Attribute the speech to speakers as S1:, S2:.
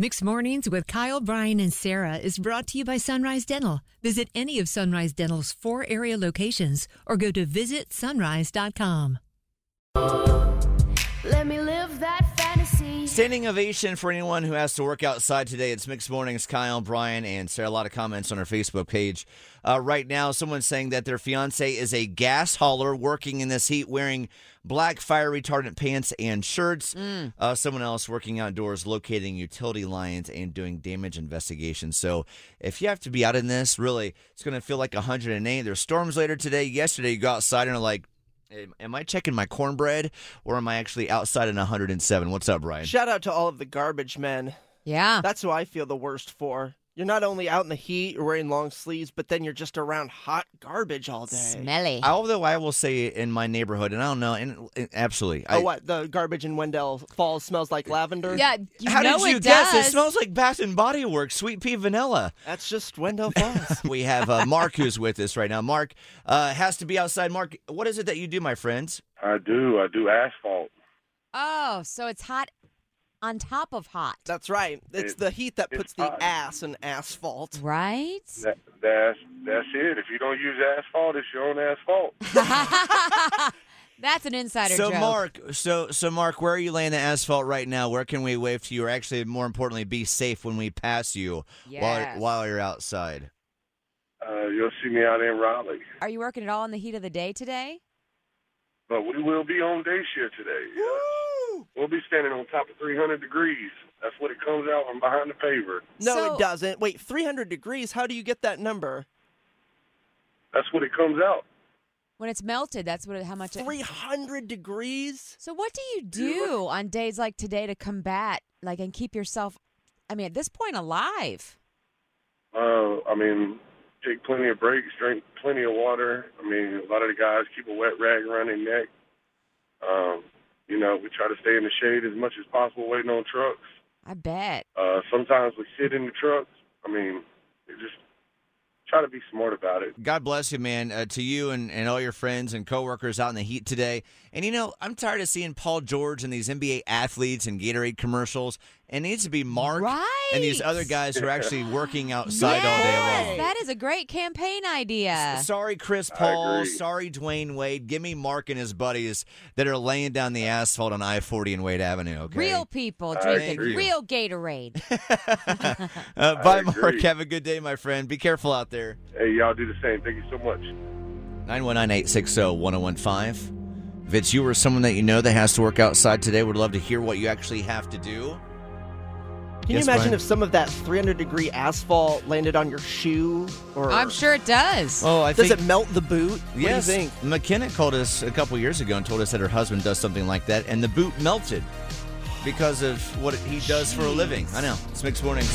S1: Mixed Mornings with Kyle, Brian, and Sarah is brought to you by Sunrise Dental. Visit any of Sunrise Dental's four area locations or go to visitsunrise.com.
S2: Let me live that fantasy.
S3: Standing ovation for anyone who has to work outside today. It's mixed mornings. Kyle, Brian, and Sarah. A lot of comments on our Facebook page uh, right now. Someone's saying that their fiance is a gas hauler working in this heat, wearing black fire retardant pants and shirts. Uh, someone else working outdoors, locating utility lines and doing damage investigations. So if you have to be out in this, really, it's going to feel like 108. There's storms later today. Yesterday, you go outside and are like. Am am I checking my cornbread or am I actually outside in 107? What's up, Brian?
S4: Shout out to all of the garbage men.
S5: Yeah.
S4: That's who I feel the worst for. You're not only out in the heat, you're wearing long sleeves, but then you're just around hot garbage all day.
S5: Smelly.
S3: Although I will say in my neighborhood, and I don't know, and, and absolutely. I,
S4: oh, what? The garbage in Wendell Falls smells like lavender?
S5: Yeah. You
S3: How
S5: know
S3: did you
S5: it
S3: guess?
S5: does.
S3: It smells like Bath and Body Works, Sweet Pea Vanilla.
S4: That's just Wendell Falls.
S3: We have uh, Mark who's with us right now. Mark uh, has to be outside. Mark, what is it that you do, my friends?
S6: I do. I do asphalt.
S5: Oh, so it's hot on top of hot.
S4: That's right. It's
S6: It-
S4: the heat that
S6: it's
S4: puts the
S6: hot.
S4: ass in asphalt.
S5: Right?
S6: That, that's that's it. If you don't use asphalt, it's your own asphalt.
S5: That's an insider
S3: so,
S5: joke.
S3: Mark, so so Mark, where are you laying the asphalt right now? Where can we wave to you, or actually, more importantly, be safe when we pass you
S5: Yes.
S3: while while you're outside?
S6: Uh, you'll see me out in Raleigh,
S5: Are you working at all in the heat of the day today?
S6: but we will be on day shift today.
S4: Woo!
S6: We'll be standing on top of 300 degrees. That's what it comes out from behind the paver.
S4: No,
S5: So-
S4: it doesn't. Wait, 300 degrees? How do you get that number?
S6: That's what it comes out.
S5: When it's melted, that's what how much it-
S4: 300 degrees?
S5: So what do you do on days like today to combat like and keep yourself I mean at this point alive?
S6: Uh, I mean, take plenty of breaks, drink plenty of water. I mean, a lot of the guys keep a wet rag around their neck. Um, you know, we try to stay in the shade as much as possible, waiting on trucks.
S5: I bet.
S6: Uh, sometimes we sit in the trucks. I mean, we just try to be smart about it.
S3: God bless you, man, uh, to you and, and all your friends and coworkers out in the heat today. And you know, I'm tired of seeing Paul George and these NBA athletes and Gatorade commercials. It needs to be Mark
S5: Right.
S3: and these other guys who are actually working outside all
S5: Yes,
S3: day long.
S5: That is a great campaign idea.
S3: Sorry, Chris
S6: I
S3: Paul.
S6: agree.
S3: Sorry, Dwayne Wade. Give me Mark and his buddies that are laying down the asphalt on I 40 and Wade Avenue, okay?
S5: Real people
S6: I
S5: drinking
S6: agree.
S5: real Gatorade.
S3: Uh, bye, Mark.
S6: agree.
S3: Have a good day, my friend. Be careful out there.
S6: Hey, y'all do the same. Thank you so much.
S3: 919-860-1015. If it's you or someone that you know that has to work outside today, would love to hear what you actually have to do.
S4: Can
S3: Yes,
S4: you imagine
S3: Brian?
S4: if some of that 300 degree asphalt landed on your shoe? Or
S5: I'm sure it does.
S3: Oh, I
S4: Does
S3: think
S4: it melt the boot?
S3: yes.
S4: What do you think?
S3: McKenna called us a couple years ago and told us that her husband does something like that, and the boot melted because of what he does for a living. I know. It's mixed mornings.